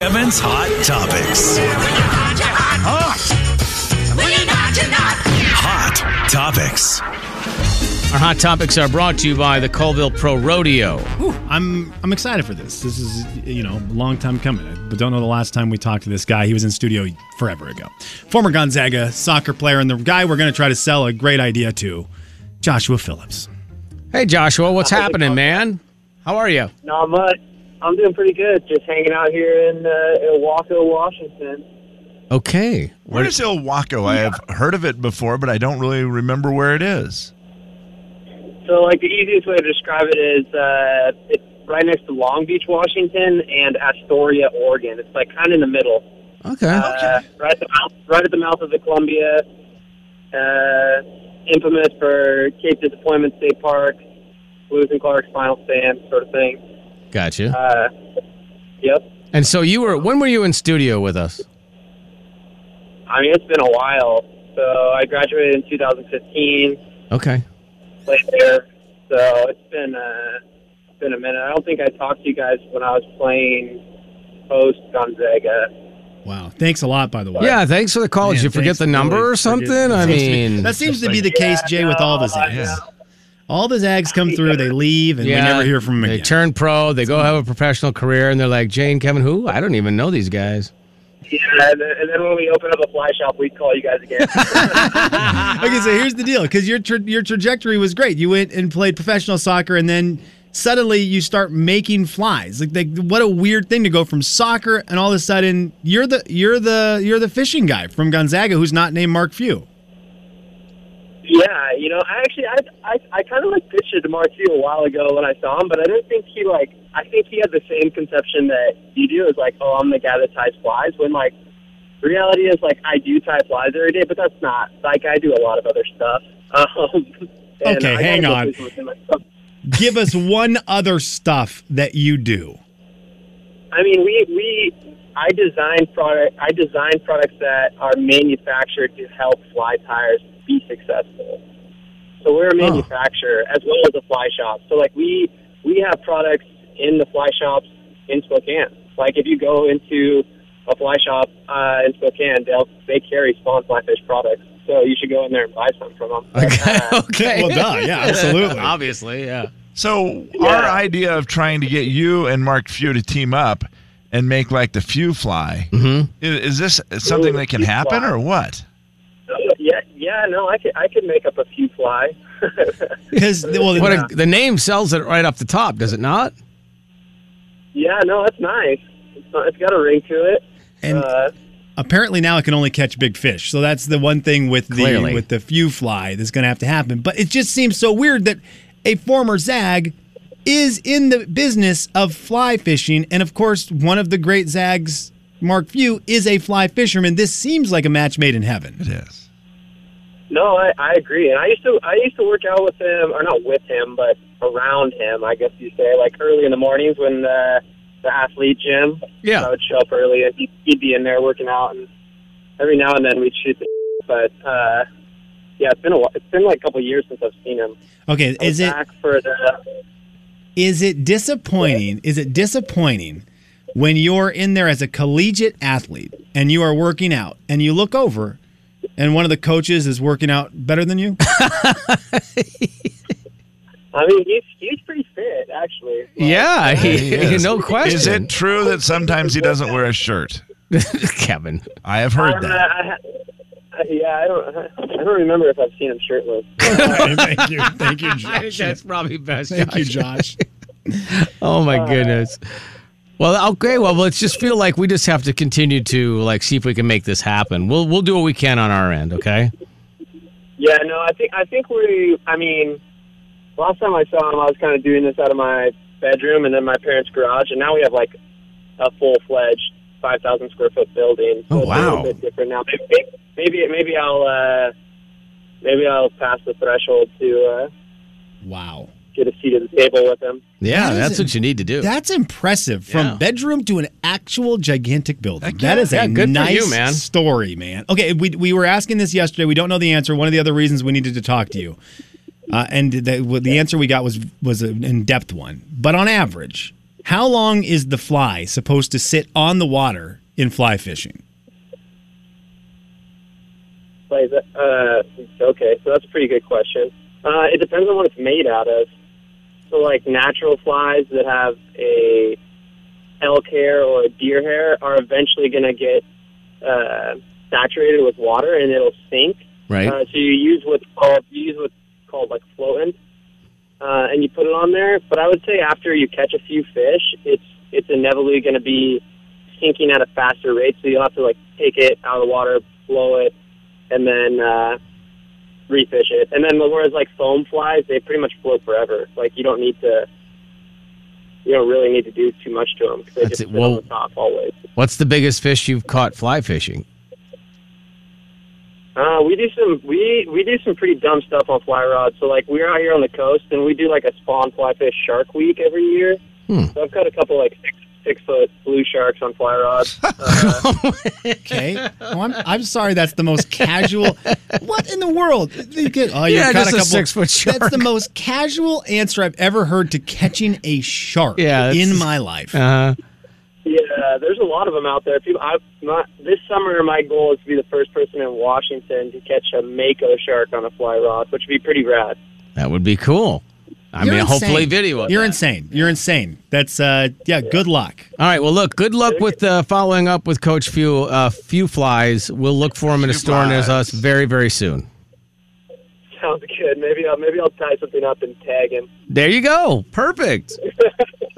Kevin's Hot Topics. Hot Topics. Our hot topics are brought to you by the Colville Pro Rodeo. I'm I'm excited for this. This is you know a long time coming. I don't know the last time we talked to this guy. He was in studio forever ago. Former Gonzaga soccer player and the guy we're going to try to sell a great idea to, Joshua Phillips. Hey, Joshua, what's happening, man? How are you? Not much. I'm doing pretty good. Just hanging out here in uh, Ilwaco, Washington. Okay. Where is Ilwaco? I have heard of it before, but I don't really remember where it is. So, like the easiest way to describe it is uh, it's right next to Long Beach, Washington, and Astoria, Oregon. It's like kind of in the middle, Okay. uh, right at the mouth, right at the mouth of the Columbia. Uh, infamous for Cape Disappointment State Park, Lewis and Clark's Final Stand, sort of thing. Gotcha. Uh, yep. And so you were, when were you in studio with us? I mean, it's been a while. So I graduated in 2015. Okay. played there. So it's been uh, it's been a minute. I don't think I talked to you guys when I was playing post Gonzaga. Wow. Thanks a lot, by the way. Yeah, thanks for the call. Did Man, you forget thanks the for number really or something? forgetting. I Seems to be- mean, that seems to be the case, Yeah, Jay, with all the no, I Zags. know. All the Zags come through, they leave, and we yeah, never hear from them They again. turn pro, they go have a professional career, and they're like, Jane, Kevin, who? I don't even know these guys. Yeah, and then, and then when we open up a fly shop, we call you guys again. okay, Ah. so here's the deal. Because your tra- your trajectory was great. You went and played professional soccer, and then suddenly you start making flies. Like, like what a weird thing to go from soccer, and all of a sudden you're the you're the you're the fishing guy from Gonzaga, who's not named Mark Few. yeah, you know, I actually I I, I kind of like pictured DeMarcio a while ago when I saw him, but I didn't think he like. I think he had the same conception that you do is like, oh, I'm the guy that ties flies. When like. The reality is, like, I do tie flies every day, but that's not. Like, I do a lot of other stuff. Um, and Okay, I gotta hang go on. through some of my stuff. Give us one other stuff that you do. I mean, we we I design product. I design products that are manufactured to help fly tires be successful. So we're a manufacturer as well as a fly shop. So like we we have products in the fly shops in Spokane. Like if you go into a fly shop uh, in Spokane, they'll they carry spawn flyfish products. So you should go in there and buy some from them. Uh, okay. Well, duh, yeah, absolutely. Obviously, yeah. So Yeah. our idea of trying to get you and Mark Few to team up and make like the Few fly Mhm. i- is, this something that can Mm-hmm. Few happen fly. or what? yeah, yeah, no, I could I could make up a few fly. Because well, What a, the name sells it right off the top, does it not? yeah, no, that's nice. It's, not, it's got a ring to it. And- uh, apparently now it can only catch big fish. So that's the one thing with the Clearly. with the few fly that's going to have to happen. But it just seems so weird that a former Zag is in the business of fly fishing, and of course, one of the great Zags, Mark Few, is a fly fisherman. This seems like a match made in heaven. It is. No, I, I agree. And I used to I used to work out with him, or not with him, but around him, I guess you say, like early in the mornings when the the athlete gym. Yeah. I would show up early, and he'd, he'd be in there working out, and every now and then we'd shoot the. But uh, yeah, it's been a while. it's been like a couple of years since I've seen him. Okay, I is was it back for the? Is it disappointing? Is it disappointing when you're in there as a collegiate athlete and you are working out and you look over and one of the coaches is working out better than you? I mean, he's he's pretty fit actually. Like, Yeah, he is. no question. Is it true that sometimes he doesn't wear a shirt? Kevin? I have I heard don't know, that. I, I, yeah, I don't. I don't remember if I've seen him shirtless. thank you. Thank you, I think that's probably best. Josh. Oh my goodness. Well, okay. Well, let's just feel like we just have to continue to like see if we can make this happen. We'll we'll do what we can on our end. Okay. Yeah, no, I think I think we. I mean, last time I saw him, I was kind of doing this out of my bedroom and then my parents' garage, and now we have like a full fledged five thousand square foot building. Oh, it's a little wow. bit different now. Maybe maybe, maybe I'll uh, maybe I'll pass the threshold to uh, Wow. get a seat at the table with him. Yeah, That is that's what you need to do. That's impressive. From Yeah. bedroom to an actual gigantic building. Heck That yeah. is a Yeah, good for nice you, man. story, man. Okay, we, we were asking this yesterday. We don't know the answer. One of the other reasons we needed to talk to you, uh, and the, the answer we got was was an in depth one. But on average, How long is the fly supposed to sit on the water in fly fishing? Plays it. Uh, okay, so that's a pretty good question. Uh, it depends on what it's made out of. So, like natural flies that have a elk hair or a deer hair are eventually going to get uh, saturated with water and it'll sink. Right. Uh, so you use what's called you use what's called like floatant, uh, and you put it on there. But I would say after you catch a few fish, it's it's inevitably going to be sinking at a faster rate. So you'll have to like take it out of the water, blow it, and then uh, refish it. And then whereas like foam flies, they pretty much float forever. Like you don't need to. You don't really need to do too much to them because they That's just it. sit Well- on the top always. What's the biggest fish you've caught fly fishing? Uh, we do some we we do some pretty dumb stuff on fly rods. So like we're out here on the coast and we do like a spawn fly fish shark week every year. So I've caught a couple like six six foot blue sharks on fly rods. Uh, Okay. Oh, I'm, I'm sorry. That's the most casual. What in the world? You get, oh, you Yeah, caught just a a couple. six-foot shark. That's the most casual answer I've ever heard to catching a shark Yeah, it's- in my life. Uh, yeah, there's a lot of them out there. People, I my, this summer my goal is to be the first person in Washington to catch a mako shark on a fly rod, which would be pretty rad. that would be cool. I You're mean, insane. hopefully, video. of You're that. insane. You're insane. That's uh, yeah. Good luck. All right. Well, look. Good luck with uh, following up with Coach Few. Uh, Few flies. We'll look for him in a Few store near flies. us very, very soon. Sounds good. Maybe I'll maybe I'll tie something up and tag him. There you go. Perfect.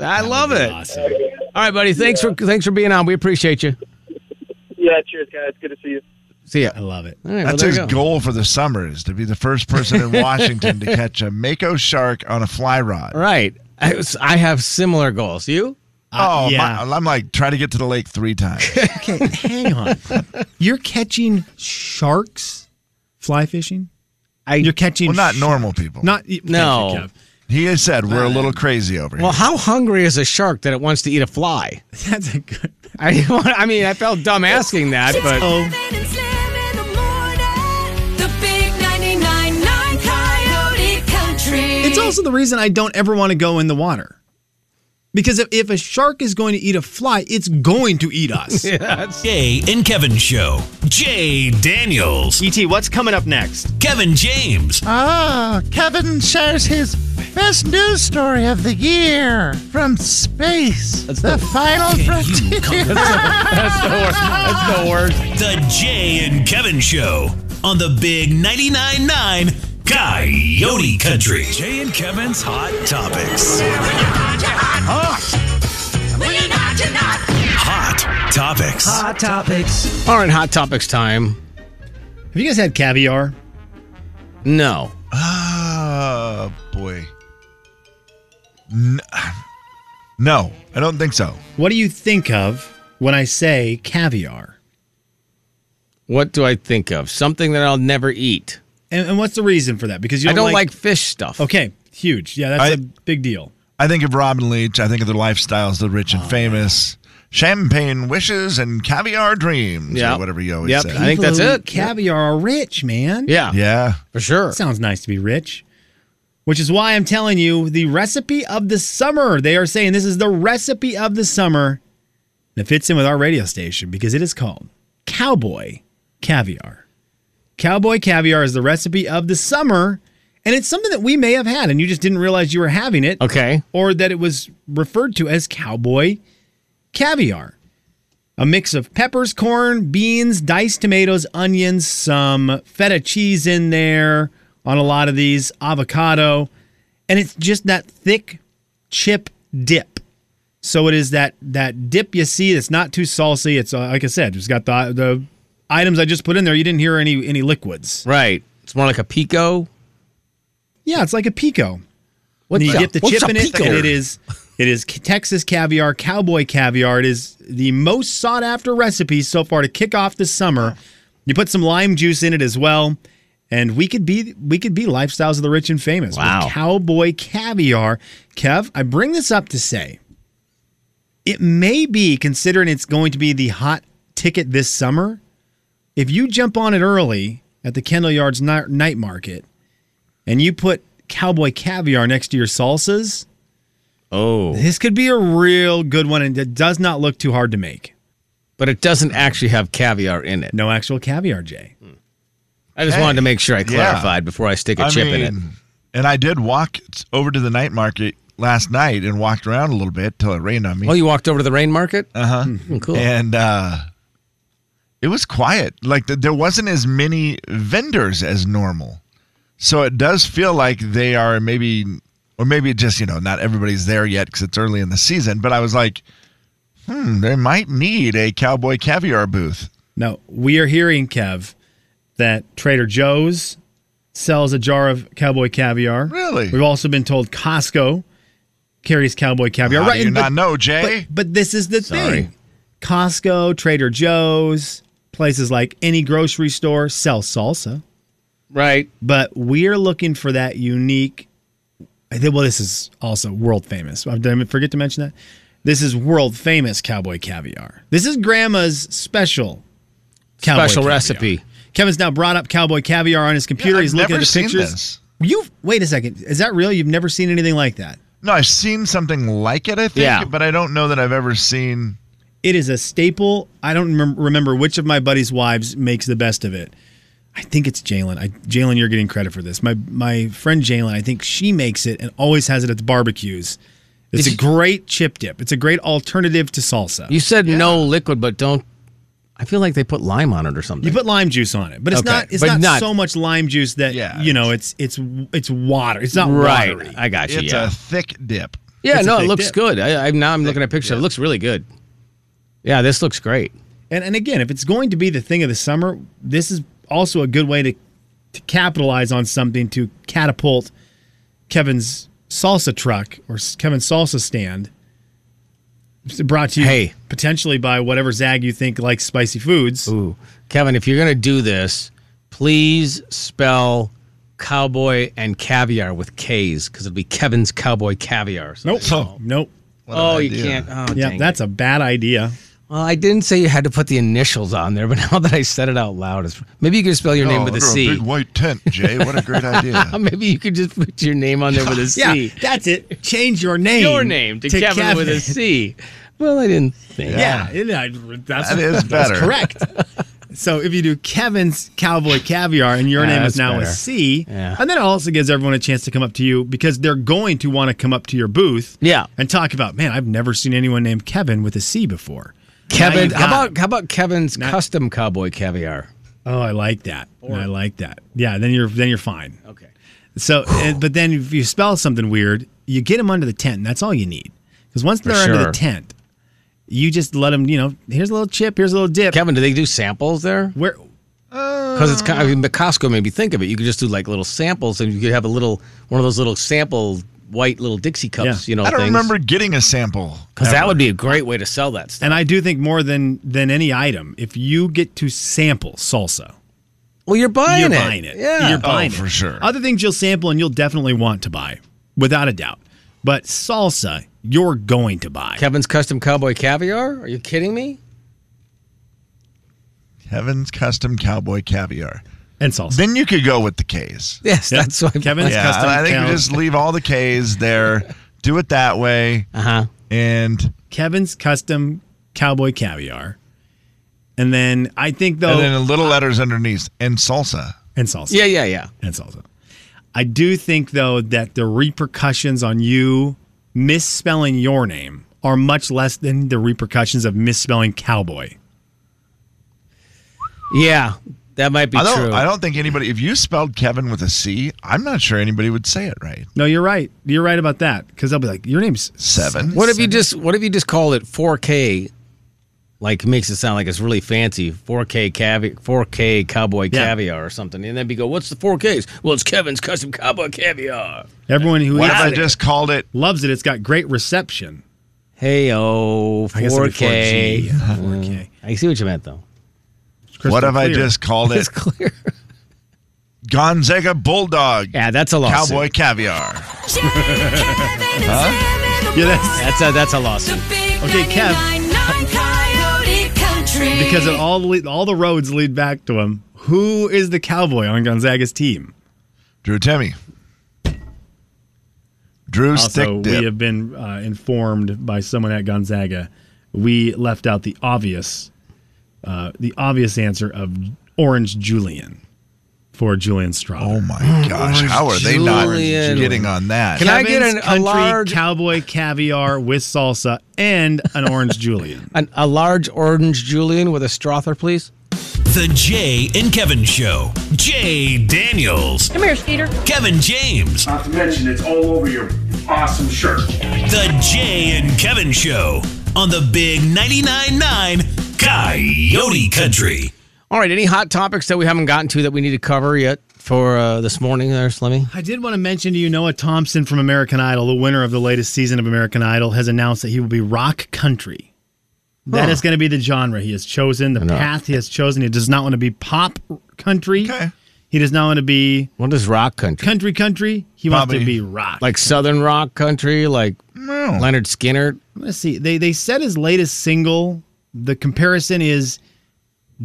I love it. Awesome. All right, buddy. Thanks for thanks for being on. We appreciate you. Yeah, cheers, guys. Good to see you. See ya. I love it. All right, well, That's there his you go. goal for the summer is to be the first person in Washington to catch a mako shark on a fly rod. Right. I, was- I have similar goals. You? Oh, yeah. my, I'm like try to get to the lake three times. Okay, hang on. You're catching sharks fly fishing? I- You're catching well, not sh- normal people. Not thank you, No. Kev. he has said we're a little crazy over Well, here. how hungry is a shark that it wants to eat a fly? That's a good. I I mean, I felt dumb asking that, but Oh. Kevin and Slim in the morning. The big 99.9 Coyote Country. It's also the reason I don't ever want to go in the water. Because if, if a shark is going to eat a fly, it's going to eat us. Jay and Kevin Show. Jay Daniels. ET, E what's coming up next? Kevin James. Ah, Kevin shares his best news story of the year from space. the final You come to that's the worst. the Jay and Kevin Show on the Big 99.9 9 Coyote Country. Jay and Kevin's Hot Topics. Hot Topics. Hot Topics. All right, hot topics time. Have you guys had caviar? No. Oh boy. N- No, I don't think so. What do you think of when I say caviar? What do I think of? Something that I'll never eat. And, and what's the reason for that? Because you I don't don't like, fish stuff. Okay, huge. Yeah, that's I- a big deal. I think of Robin Leach. I think of the lifestyles, the rich and Oh, famous, champagne wishes, and caviar dreams, Yeah. or whatever you always Yep. say. I think People that's who it. eat Caviar are rich, man. Yeah, yeah. for sure. Sounds nice to be rich. Which is why I'm telling you the recipe of the summer. They are saying this is the recipe of the summer that fits in with our radio station because it is called Cowboy Caviar. Cowboy Caviar is the recipe of the summer, and it's something that we may have had, and you just didn't realize you were having it Okay. or that it was referred to as cowboy caviar. A mix of peppers, corn, beans, diced tomatoes, onions, some feta cheese in there on a lot of these, avocado, and it's just that thick chip dip. So it is that that dip you see that's not too salty. It's uh, like I said, it's got the the items I just put in there. You didn't hear any any liquids. Right. It's more like a pico. Yeah, it's like a pico. What's And you a- dip the what's chip a in it, pico? and it is it is Texas caviar, cowboy caviar. It is the most sought after recipe so far to kick off the summer. You put some lime juice in it as well, and we could be we could be lifestyles of the rich and famous. with Wow. cowboy caviar, Kev. I bring this up to say it may be considering it's going to be the hot ticket this summer. If you jump on it early at the Kendall Yards ni- night market and you put cowboy caviar next to your salsas, Oh. This could be a real good one, and it does not look too hard to make. But it doesn't actually have caviar in it. No actual caviar, Jay. I just Hey. wanted to make sure I clarified before I stick a I chip mean, in it. and I did walk t- over to the night market last night and walked around a little bit till it rained on me. Well, Oh, you walked over to the rain market? Uh Uh-huh. huh. Mm-hmm. cool. and uh, it was quiet. Like th- there wasn't as many vendors as normal, so it does feel like they are maybe, or maybe just you know not everybody's there yet because it's early in the season. But I was like, hmm, they might need a cowboy caviar booth. No, we are hearing, Kev, that Trader Joe's sells a jar of cowboy caviar. Really? We've also been told Costco carries cowboy caviar. How right. do you and- not but- know, eh? Jay? But, but this is the Sorry. thing Costco, Trader Joe's, places like any grocery store sell salsa. Right. But we're looking for that unique. I think, well, this is also world famous. Uh, Did I forget to mention that? This is world famous cowboy caviar. This is grandma's special cowboy Special caviar. recipe. Kevin's now brought up cowboy caviar on his computer. I've He's looking at never the seen pictures. this. You've wait a second. Is that real? You've never seen anything like that. No, I've seen something like it, I think, Yeah. but I don't know that I've ever seen. It is a staple. I don't remem- remember which of my buddy's wives makes the best of it. I think it's Jalen. I, Jalen, you're getting credit for this. My my friend Jalen, I think she makes it and always has it at the barbecues. It's Did a you- great chip dip. It's a great alternative to salsa. You said no liquid, but don't. I feel like they put lime on it or something. You put lime juice on it, but it's Okay, not it's but not, not- so much lime juice that Yeah, you know it's it's it's water. It's not right. watery. I got you. It's yeah. a thick dip. yeah. it's a No, it thick looks dip. good. I, I now I'm looking at a picture. It looks really good. Yeah, this looks great. And and again, if it's going to be the thing of the summer, this is also a good way to to capitalize on something to catapult Kevin's salsa truck or s- Kevin's salsa stand. It's Brought to you Hey. potentially by whatever Zag you think likes spicy foods. Ooh, Kevin, if you're gonna do this, please spell cowboy and caviar with K's because it'll be Kevin's cowboy caviar. or something. Nope. Nope. What Oh, an you idea. can't. Oh, Yeah, dang that's a bad idea. Well, I didn't say you had to put the initials on there, but now that I said it out loud, it's, maybe you could spell your name Oh, with a under C. big white tent, Jay. What a great idea. Uh, Maybe you could just put your name on there with a C. Yeah, that's it. Change your name. Your name to, Kevin, with a C. Well, I didn't think. Yeah, it- I- that's, That is better. That's correct. so if you do Kevin's Cowboy Caviar and your Yeah, name is that's now a better. C, Yeah. and then it also gives everyone a chance to come up to you because they're going to want to come up to your booth Yeah. and talk about, man, I've never seen anyone named Kevin with a C before. Now Kevin, you've how got about him. how about Kevin's Now- custom cowboy caviar? Oh, I like that. I like that. Yeah, then you're then you're fine. Okay. So, and, but then if you spell something weird, you get them under the tent, and that's all you need. Because once they're under sure. the tent, you just let them. You know, here's a little chip, here's a little dip. Kevin, do they do samples there? Where Because it's kind. I mean, but Costco made me think of it. You could just do like little samples, and you could have a little one of those little sample white little Dixie cups. Yeah. You know, I don't things. remember getting a sample. Because ever. that would be a great way to sell that stuff. And I do think more than than any item, if you get to sample salsa, Well, you're buying you're it. buying it. Yeah. you're buying Oh, for it. sure. Uh, Other things you'll sample and you'll definitely want to buy, without a doubt. But salsa, you're going to buy. Kevin's custom cowboy caviar? Are you kidding me? Kevin's custom cowboy caviar. And salsa. Then you could go with the K's. Yes, Yeah. that's what Kevin's yeah, custom. I think cow- you just leave all the K's there, do it that way, Uh huh. and Kevin's custom cowboy caviar. And then I think though and then the little letters underneath and salsa. and salsa. Yeah, yeah, yeah. and salsa. I do think though that the repercussions on you misspelling your name are much less than the repercussions of misspelling cowboy. Yeah, that might be I don't. true. I don't think anybody. If you spelled Kevin with a C, I'm not sure anybody would say it right. No, you're right. You're right about that because I'll be like, your name's Seven. what if you just what if you just called it 4K? Like makes it sound like it's really fancy. 4K caviar, 4K cowboy Yeah. caviar or something. And then we go, what's the 4Ks? Well, it's Kevin's custom cowboy caviar. everyone who What eats if I it just called it? loves it. It's got great reception. Hey, oh, I guess it'll be 4G. 4K. Yeah, 4K. I see what you meant though. It's crystal what if I clear. just called it It's clear. Gonzaga Bulldog Yeah, that's a lawsuit. Cowboy Caviar? Jay and Kevin and Sam in the Yeah, that's- That's a that's a lawsuit. big Okay, Kev. 99.9 Coyote Country. because it all le- all the roads lead back to him. Who is the cowboy on Gonzaga's team? Drew Timmy. Drew Also, Stick Dip. we have been uh, informed by someone at Gonzaga. We left out the obvious, uh, the obvious answer of Orange Julian for Julian Strauber. oh my gosh, how are they not Julian. getting on that? Can I get Kevin's an- a country large- cowboy caviar with salsa and an orange julian? An, a large orange Julian with a strother, please. The Jay and Kevin Show. Jay Daniels. Come here, Skeeter. Kevin James. Not to mention, it's all over your awesome shirt. The Jay and Kevin Show on the Big 99.9 9 Coyote Country. All right, any hot topics that we haven't gotten to that we need to cover yet for uh, this morning there, Slimmy? I did want to mention to you Noah Thompson from American Idol, the winner of the latest season of American Idol, has announced that he will be rock country. That Huh. is going to be the genre he has chosen, the know. path he has chosen. He does not want to be pop country. Okay. He does not want to be What is rock country? country country. He wants Probably. to be rock. Like southern rock country, like Leonard Skinner? Let's see. They they said his latest single. The comparison is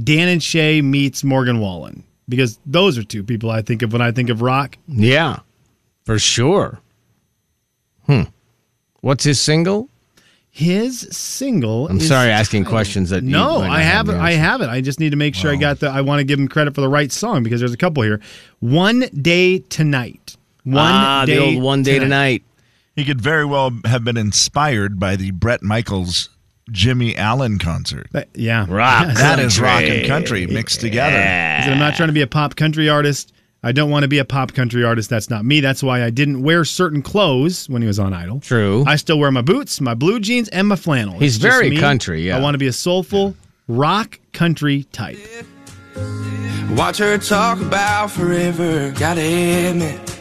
Dan and Shay meets Morgan Wallen because those are two people I think of when I think of rock. Yeah, for sure. Hmm. What's his single? His single. I'm is- sorry, asking questions that. you No, might not I have have it. the I answer. have it. I just need to make sure I got the. I want to give him credit for the right song because there's a couple here. One day tonight. One ah, the old one day tonight. He could very well have been inspired by the Brett Michaels Jimmy Allen concert. That- yeah. Rock. Yeah, so- That is rock and country mixed together. He said, I'm not trying to be a pop country artist. I don't want to be a pop country artist. That's not me. That's why I didn't wear certain clothes when he was on Idol. True. I still wear my boots, my blue jeans, and my flannel. He's It's just very me. country, yeah. I want to be a soulful rock country type. Watch her talk about forever. Gotta admit,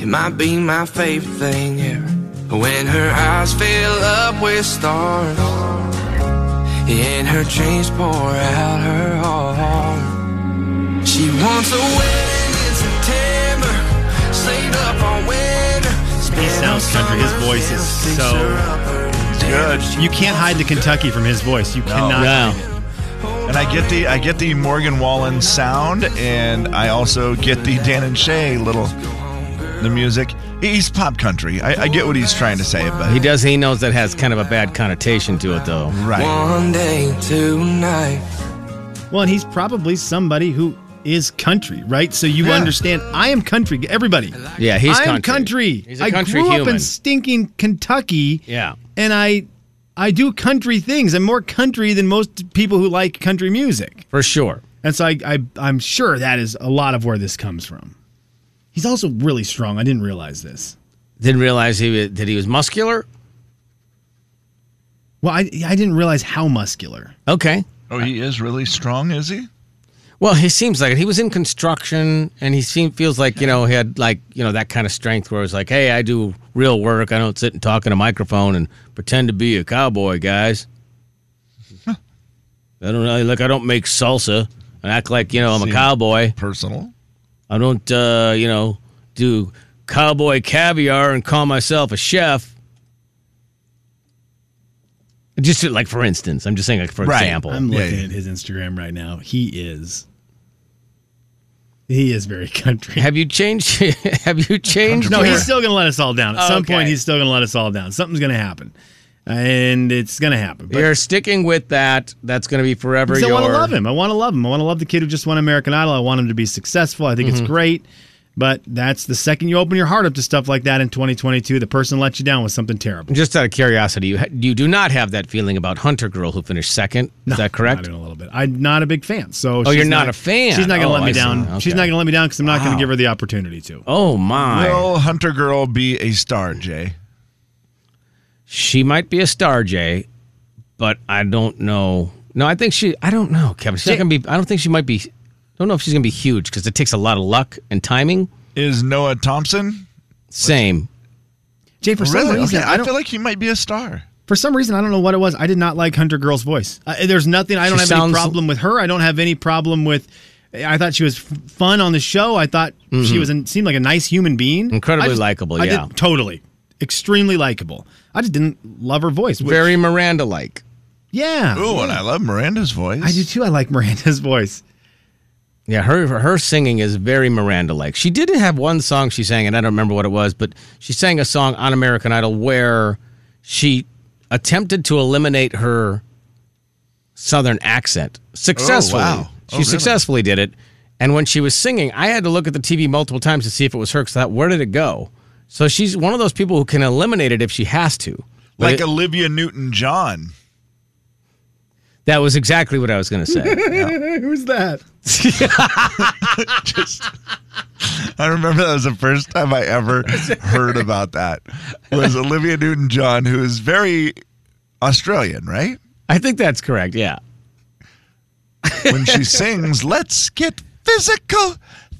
it might be my favorite thing ever. When her eyes fill up with stars, and her chains pour out her heart. She wants a wedding in September, stayed up on winter. He sounds country. His voice is so Good. You can't hide the Kentucky from his voice. You cannot. No. hide it. And I get the I get the Morgan Wallen sound, and I also get the Dan and Shay little the music. He's pop country. I, I get what he's trying to say, but He does. He knows that has kind of a bad connotation to it, though. right. One day, tonight. Well, and he's probably somebody who is country, right? So you Yeah. understand. I am country. Everybody. Yeah, he's I'm country. country. He's a I country grew up human. in stinking Kentucky. Yeah. and I I do country things. I'm more country than most people who like country music. for sure. And so I, I I'm sure that is a lot of where this comes from. He's also really strong. I didn't realize this. Didn't realize he was, that he was muscular. Well, I I didn't realize how muscular. Okay. Oh, he is really strong, is he? Well, he seems like it. He was in construction, and he seemed feels like you know he had like you know that kind of strength where it's like, hey, I do real work. I don't sit and talk in a microphone and pretend to be a cowboy, guys. I don't know. Like I don't make salsa and act like you know I'm a See. cowboy. Personal. I don't uh, you know do cowboy caviar and call myself a chef. Just like for instance, I'm just saying like for Right. example. I'm Yeah, looking yeah. at his Instagram right now. He is he is very country. have you changed? have you changed? No, your- he's still going to let us all down. At some point, Okay. he's still going to let us all down. Something's going to happen, and it's going to happen. But You're sticking with that. That's going to be forever. Because I want to your- love him. I want to love him. I want to love the kid who just won American Idol. I want him to be successful. I think Mm-hmm. it's great. But that's the second you open your heart up to stuff like that in 2022, the person let you down with something terrible. Just out of curiosity, you ha- you do not have that feeling about Hunter Girl who finished second. Is that correct? Not even a little bit. I'm not a big fan. So Oh, you're she's not a fan. She's not going to Oh, let I me see. down. She's Okay. not going to let me down because I'm not going to give her the opportunity to. Oh my! Will Hunter Girl be a star, Jay? She might be a star, Jay, but I don't know. No, I think she. I don't know, Kevin. She's not Jay- going to be. I don't think she might be. Don't know if she's going to be huge because it takes a lot of luck and timing. Is Noah Thompson? Same. Jay, for some Really? reason, Okay, I I don't. feel like he might be a star. for some reason, I don't know what it was. I did not like Hunter Girl's voice. Uh, there's nothing. I don't She have sounds- any problem with her. I don't have any problem with. I thought she was f- fun on the show. I thought she was an, seemed like a nice human being. Mm-hmm. Incredibly I just- likable, I yeah. did, totally, extremely likable. I just didn't love her voice. which- Very Miranda like. yeah. Ooh, and I love Miranda's voice. I do too. I like Miranda's voice. Yeah, her her singing is very Miranda like. She did have one song she sang, and I don't remember what it was, but she sang a song on American Idol where she attempted to eliminate her southern accent successfully. wow. She Oh, really? successfully did it, and when she was singing, I had to look at the TV multiple times to see if it was her. Because I thought, where did it go? So she's one of those people who can eliminate it if she has to. But Like it- Olivia Newton John. that was exactly what I was going to say. Yeah. Who's that? I remember that was the first time I ever heard about that. Was Olivia Newton John, who is very Australian, right? I think that's correct. Yeah. When she sings, let's get physical,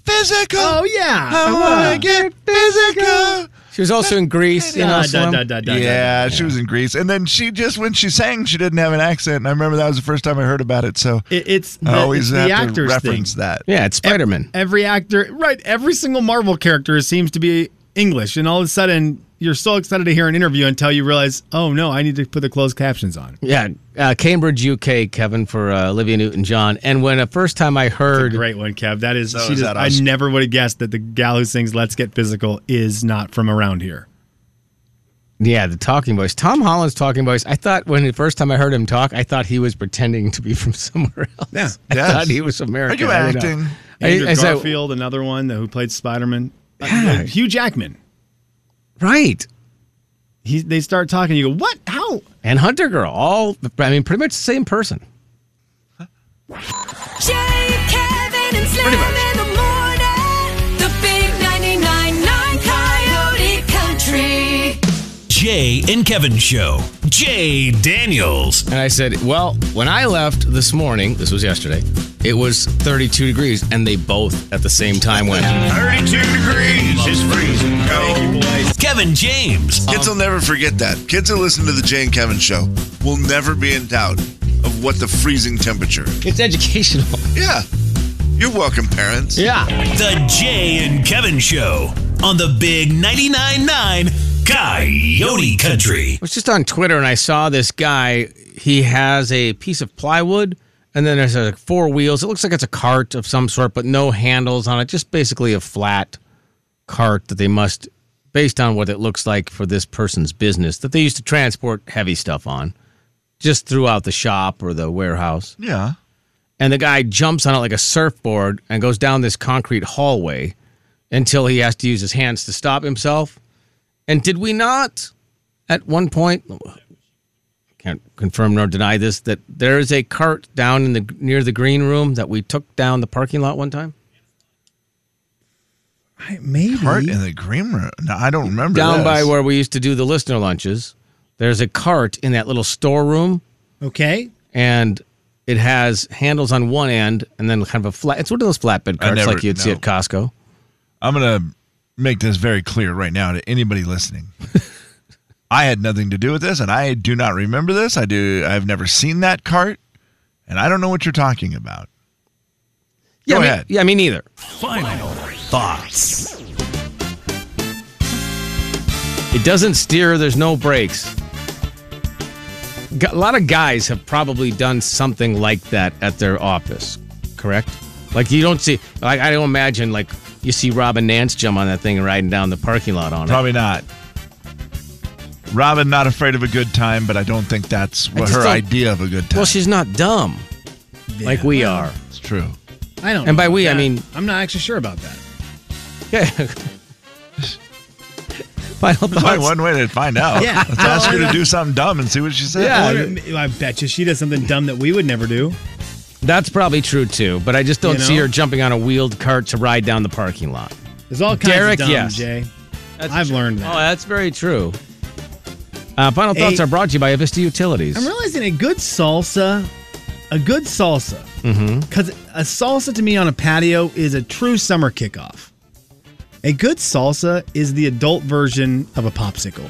physical. Oh, yeah. I wanna get physical. She was also in Greece. You know, Ah, Slim. da, da, da, da, da. Yeah, she was in Greece. And then she just, when she sang, she didn't have an accent. And I remember that was the first time I heard about it. So It, it's the, I it's always the have to actors reference thing. that. Yeah, it's Spider Man. Every actor, right? Every single Marvel character seems to be English, and all of a sudden you're so excited to hear an interview until you realize, oh no, I need to put the closed captions on. Yeah, uh, Cambridge, UK, Kevin for uh, Olivia Newton John. And when the first time I heard, Great one, Kev. That is, That she was just- that I Oscar- never would have guessed that the gal who sings "Let's Get Physical" is not from around here. yeah, the talking voice, Tom Holland's talking voice. I thought when the first time I heard him talk, I thought he was pretending to be from somewhere else. Yeah. I Yes. thought he was American. Are you I don't know. acting? I- Andrew I said- Garfield, another one that, who played Spider Man. Hugh Jackman. right? He, they start talking. You go, what? How? And Hunter Girl, all I mean, pretty much the same person. Jay, Kevin, and Slim in the morning. The big 99.9 Coyote Country. Jay and Kevin Show. Jay Daniels. And I said, well, when I left this morning, this was yesterday, it was 32 degrees, and they both at the same time went. 32 degrees is freezing cold. Kevin James. Kids will never forget that. Kids who listen to the Jay and Kevin show will never be in doubt of what the freezing temperature. is. It's educational. Yeah. You're welcome, parents. Yeah. The Jay and Kevin Show on the Big 99.9 Coyote Country. I was just on Twitter and I saw this guy. He has a piece of plywood and then there's like four wheels. It looks like it's a cart of some sort, but no handles on it. Just basically a flat cart that they must, based on what it looks like for this person's business, that they used to transport heavy stuff on just throughout the shop or the warehouse Yeah. and the guy jumps on it like a surfboard and goes down this concrete hallway until he has to use his hands to stop himself. And did we not at one point can't confirm nor deny this that there is a cart down in the near the green room that we took down the parking lot one time? Maybe. Part in the green room. No, I don't remember. Down this. by where we used to do the listener lunches. There's a cart in that little storeroom Okay. and it has handles on one end and then kind of a flat it's one of those flatbed carts never- like you'd see no. at Costco. I'm going to make this very clear right now to anybody listening. I had nothing to do with this and I do not remember this. I do I've never seen that cart and I don't know what you're talking about. Yeah, Go me, ahead. yeah, me neither. Final thoughts. It doesn't steer, there's no brakes. Gu- A lot of guys have probably done something like that at their office, correct? Like you don't see, like I don't imagine, like you see Robin Nance jump on that thing and riding down the parking lot on it. Probably not. Robin not afraid of a good time, but I don't think that's what just her don't- idea of a good time. Well, she's not dumb, like we are. it's true. I don't. And know by we, about I that. mean- I'm not actually sure about that. Yeah. Final There's only thoughts. one way to find out. Yeah. Let's ask her to do something dumb and see what she says. Oh, Yeah. I, wonder- I bet you she does something dumb that we would never do. That's probably true too, but I just don't You see know? her jumping on a wheeled cart to ride down the parking lot. There's all kinds Derek, of dumb, yes. Jay. I've learned that. Oh, that's very true. Uh, final thoughts A- are brought to you by Avista Utilities. I'm realizing a good salsa, a good salsa, Mm-hmm. because a salsa to me on a patio is a true summer kickoff. A good salsa is the adult version of a popsicle.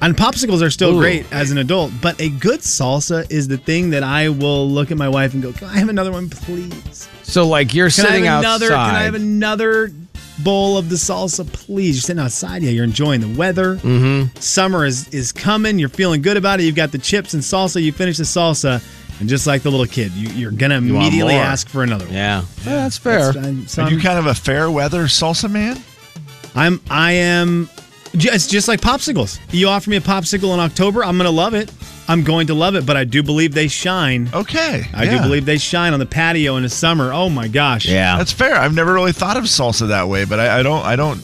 And popsicles are still Ooh. great as an adult, but a good salsa is the thing that I will look at my wife and go, "Can I have another one, please? So like you're Can sitting I have another? outside. Can I have another bowl of the salsa, please? You're sitting outside, yeah. You're enjoying the weather. Mm-hmm. Summer is is coming. You're feeling good about it. You've got the chips and salsa. You finish the salsa, And just like the little kid, you, you're gonna want immediately more. ask for another one. Yeah. Yeah, that's fair. That's- I'm- so Are I'm- you kind of a fair weather salsa man? I'm I am ju- it's just like popsicles. You offer me a popsicle in October, I'm going to love it. I'm going to love it, but I do believe they shine. Okay. I do yeah. believe they shine on the patio in the summer. Oh my gosh. yeah. That's fair. I've never really thought of salsa that way, but I, I don't I don't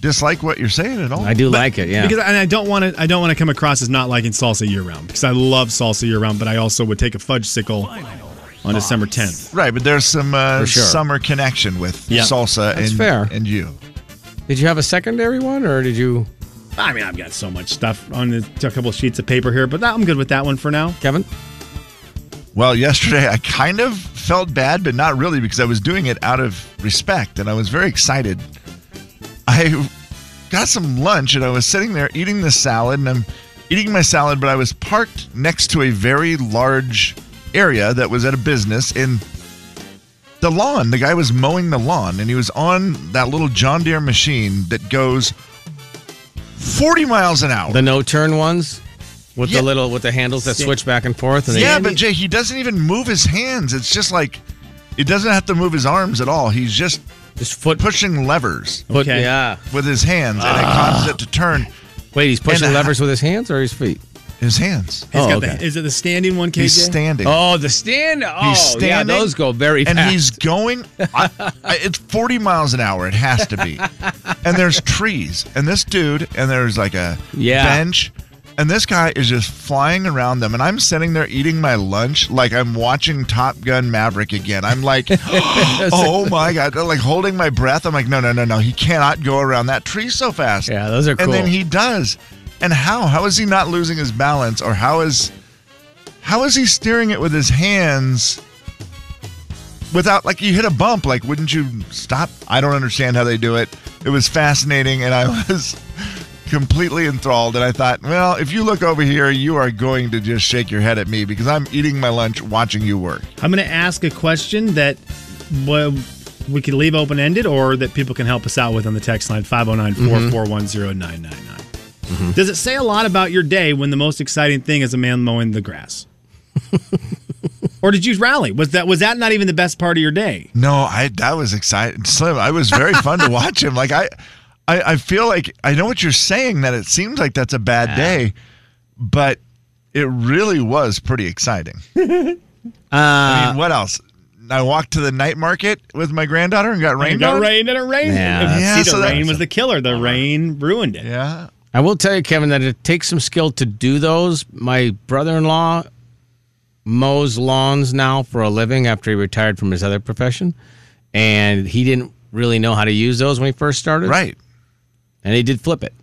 dislike what you're saying at all. I do like it. Yeah. Because and I don't want to I don't want to come across as not liking salsa year round because I love salsa year round, but I also would take a fudge sickle on December 10th. Right, but there's some uh, For sure. summer connection with Yeah. salsa That's and fair. and you. Did you have a secondary one or did you, I mean, I've got so much stuff on the, a couple of sheets of paper here, but that, I'm good with that one for now. Kevin? Well, yesterday I kind of felt bad, but not really because I was doing it out of respect and I was very excited. I got some lunch and I was sitting there eating the salad and I'm eating my salad, but I was parked next to a very large area that was at a business and the lawn, the guy was mowing the lawn and he was on that little John Deere machine that goes 40 miles an hour. The no turn ones with Yeah. the little with the handles that Yeah. switch back and forth. And they- Yeah, but Jay, he doesn't even move his hands. It's just like he doesn't have to move his arms at all. He's just just foot pushing levers Foot, Okay. Yeah. with his hands, and it causes it to turn Wait, he's pushing And, uh, levers with his hands or his feet? his hands. He's Oh, got the, okay. is it the standing one, KJ? He's standing. Oh, the stand. Oh, He's standing. yeah, those go very and fast. he's going. I, I, it's forty miles an hour. It has to be. and there's trees, and this dude, and there's like a Yeah. bench, and this guy is just flying around them, and I'm sitting there eating my lunch like I'm watching Top Gun Maverick again. I'm like, oh my god, like holding my breath. I'm like, no, no, no, no. He cannot go around that tree so fast. Yeah, those are And then cool. he does. And how? How is he not losing his balance, or how is? How is he steering it with his hands without like you hit a bump like wouldn't you stop i don't understand how they do it it was fascinating and i was completely enthralled and i thought well if you look over here you are going to just shake your head at me because i'm eating my lunch watching you work I'm going to ask a question that well, we could leave open ended or that people can help us out with on the text line 509 441 999. Does it say a lot about your day when the most exciting thing is a man mowing the grass? or did you rally? Was that was that not even the best part of your day? no i that was exciting slim i was very fun to watch him like i i, I feel like i know what you're saying that it seems like that's a bad day but it really was pretty exciting Uh, I mean, what else? I walked to the night market with my granddaughter and got rained It got on. rained and it rained. Yeah, See, that's- the Yeah, so that- rain was the killer. The rain ruined it. Yeah. I will tell you, Kevin, that it takes some skill to do those. My brother in law mows lawns now for a living after he retired from his other profession. And he didn't really know how to use those when he first started. Right. And he did flip it.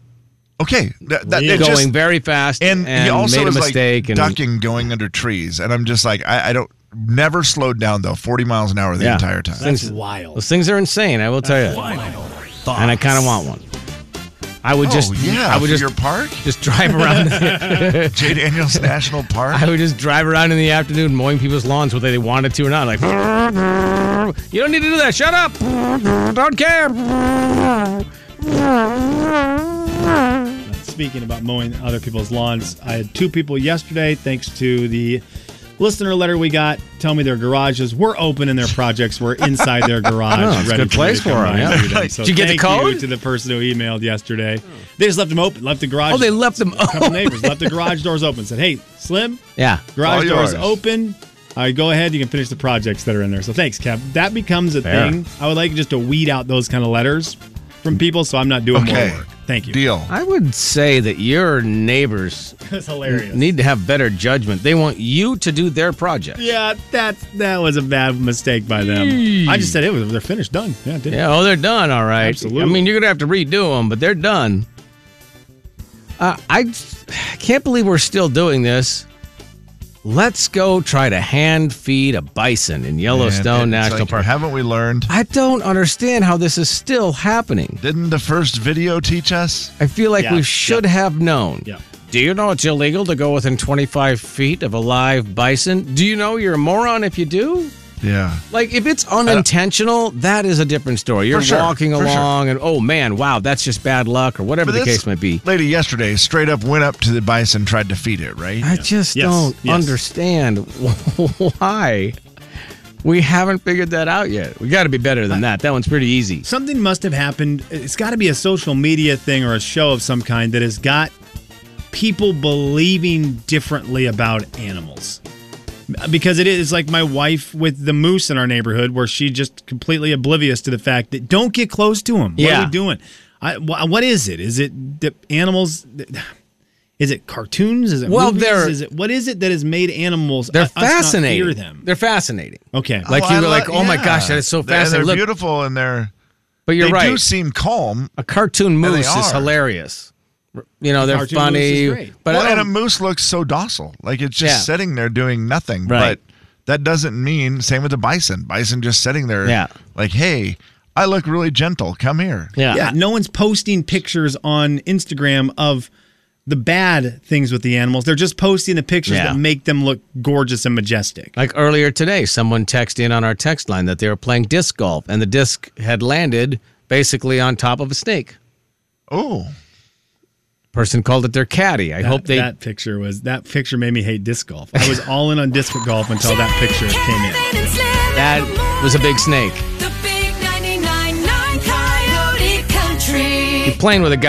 Okay. That, that, Really? it going just, very fast and, and, he also made a was mistake. like and ducking going under trees, and I'm just like, I, I don't. Never slowed down though, 40 miles an hour the Yeah. entire time. That's wild. Those things are insane, I will tell you. that. And I kind of want one. I would just, oh yeah, I would for just, your park, just drive around. Jay Daniels National Park. I would just drive around in the afternoon mowing people's lawns whether they wanted to or not. Like, you don't need to do that. Shut up. Don't care. Speaking about mowing other people's lawns, I had two people yesterday, thanks to the listener letter we got, tell me their garages were open and their projects were inside their garage. Oh, it's a ready good me place to come for 'em, by and yeah. do them. So Did you get the thank code? to the person who emailed yesterday. They just left them open, left the garage. Oh, they left them. a couple neighbors left the garage doors open. Said, "Hey, Slim, Yeah. All garage doors yours. open. Uh, go ahead, you can finish the projects that are in there." So thanks, Kev. That becomes a Fair. thing. I would like just to weed out those kind of letters from people, so I'm not doing Okay. more work. Thank you. Deal. I would say that your neighbors That's hilarious. need to have better judgment. They want you to do their project. Yeah, that that was a bad mistake by them. I just said it was they're finished, done. Yeah, did Yeah, oh, they're done. All right. Absolutely. I mean, you're gonna have to redo them, but they're done. Uh, I I can't believe we're still doing this. Let's go try to hand feed a bison in Yellowstone And it's National like, Park. Haven't we learned? I don't understand how this is still happening. Didn't the first video teach us? I feel like Yeah, we should have known. Yeah. Do you know it's illegal to go within 25 feet of a live bison? Do you know you're a moron if you do? Yeah. Like if it's unintentional, that is a different story. You're For sure, walking for sure. along and oh man, wow, that's just bad luck or whatever But the this case might be. Lady yesterday straight up went up to the bison, tried to feed it, right? I just Yes, don't yes. understand why we haven't figured that out yet. We got to be better than that. That one's pretty easy. Something must have happened. It's got to be a social media thing or a show of some kind that has got people believing differently about animals. Because it is like my wife with the moose in our neighborhood, where she just completely oblivious to the fact that don't get close to him. What are Yeah. we doing? I, wh- what is it? Is it the animals? Is it cartoons? Is it Well, movies? they're- is it what is it that has made animals? They're us not fascinating. fear them. They're fascinating. okay, Like Oh, you I were lo- like, oh my yeah. gosh, that is so They're- fascinating. Look, They're beautiful and they're but you're they right. do seem calm. a cartoon they moose is are. hilarious. You know, they're cartoon moose funny. is great. But well, I and a don't, moose looks so docile. Like it's just Yeah. sitting there doing nothing. Right. But that doesn't mean same with the bison. Bison just sitting there Yeah. like, hey, I look really gentle. Come here. yeah. Yeah, no one's posting pictures on Instagram of the bad things with the animals. They're just posting the pictures Yeah. that make them look gorgeous and majestic. Like earlier today, someone texted in on our text line that they were playing disc golf and the disc had landed basically on top of a snake. Oh. Person called it their caddy. I That, hope they. that picture was that picture made me hate disc golf. I was all in on disc golf until that picture came in. Kevin and Slim in the that was a big snake. morning. The big 99.9 Coyote Country. Playing with a guy.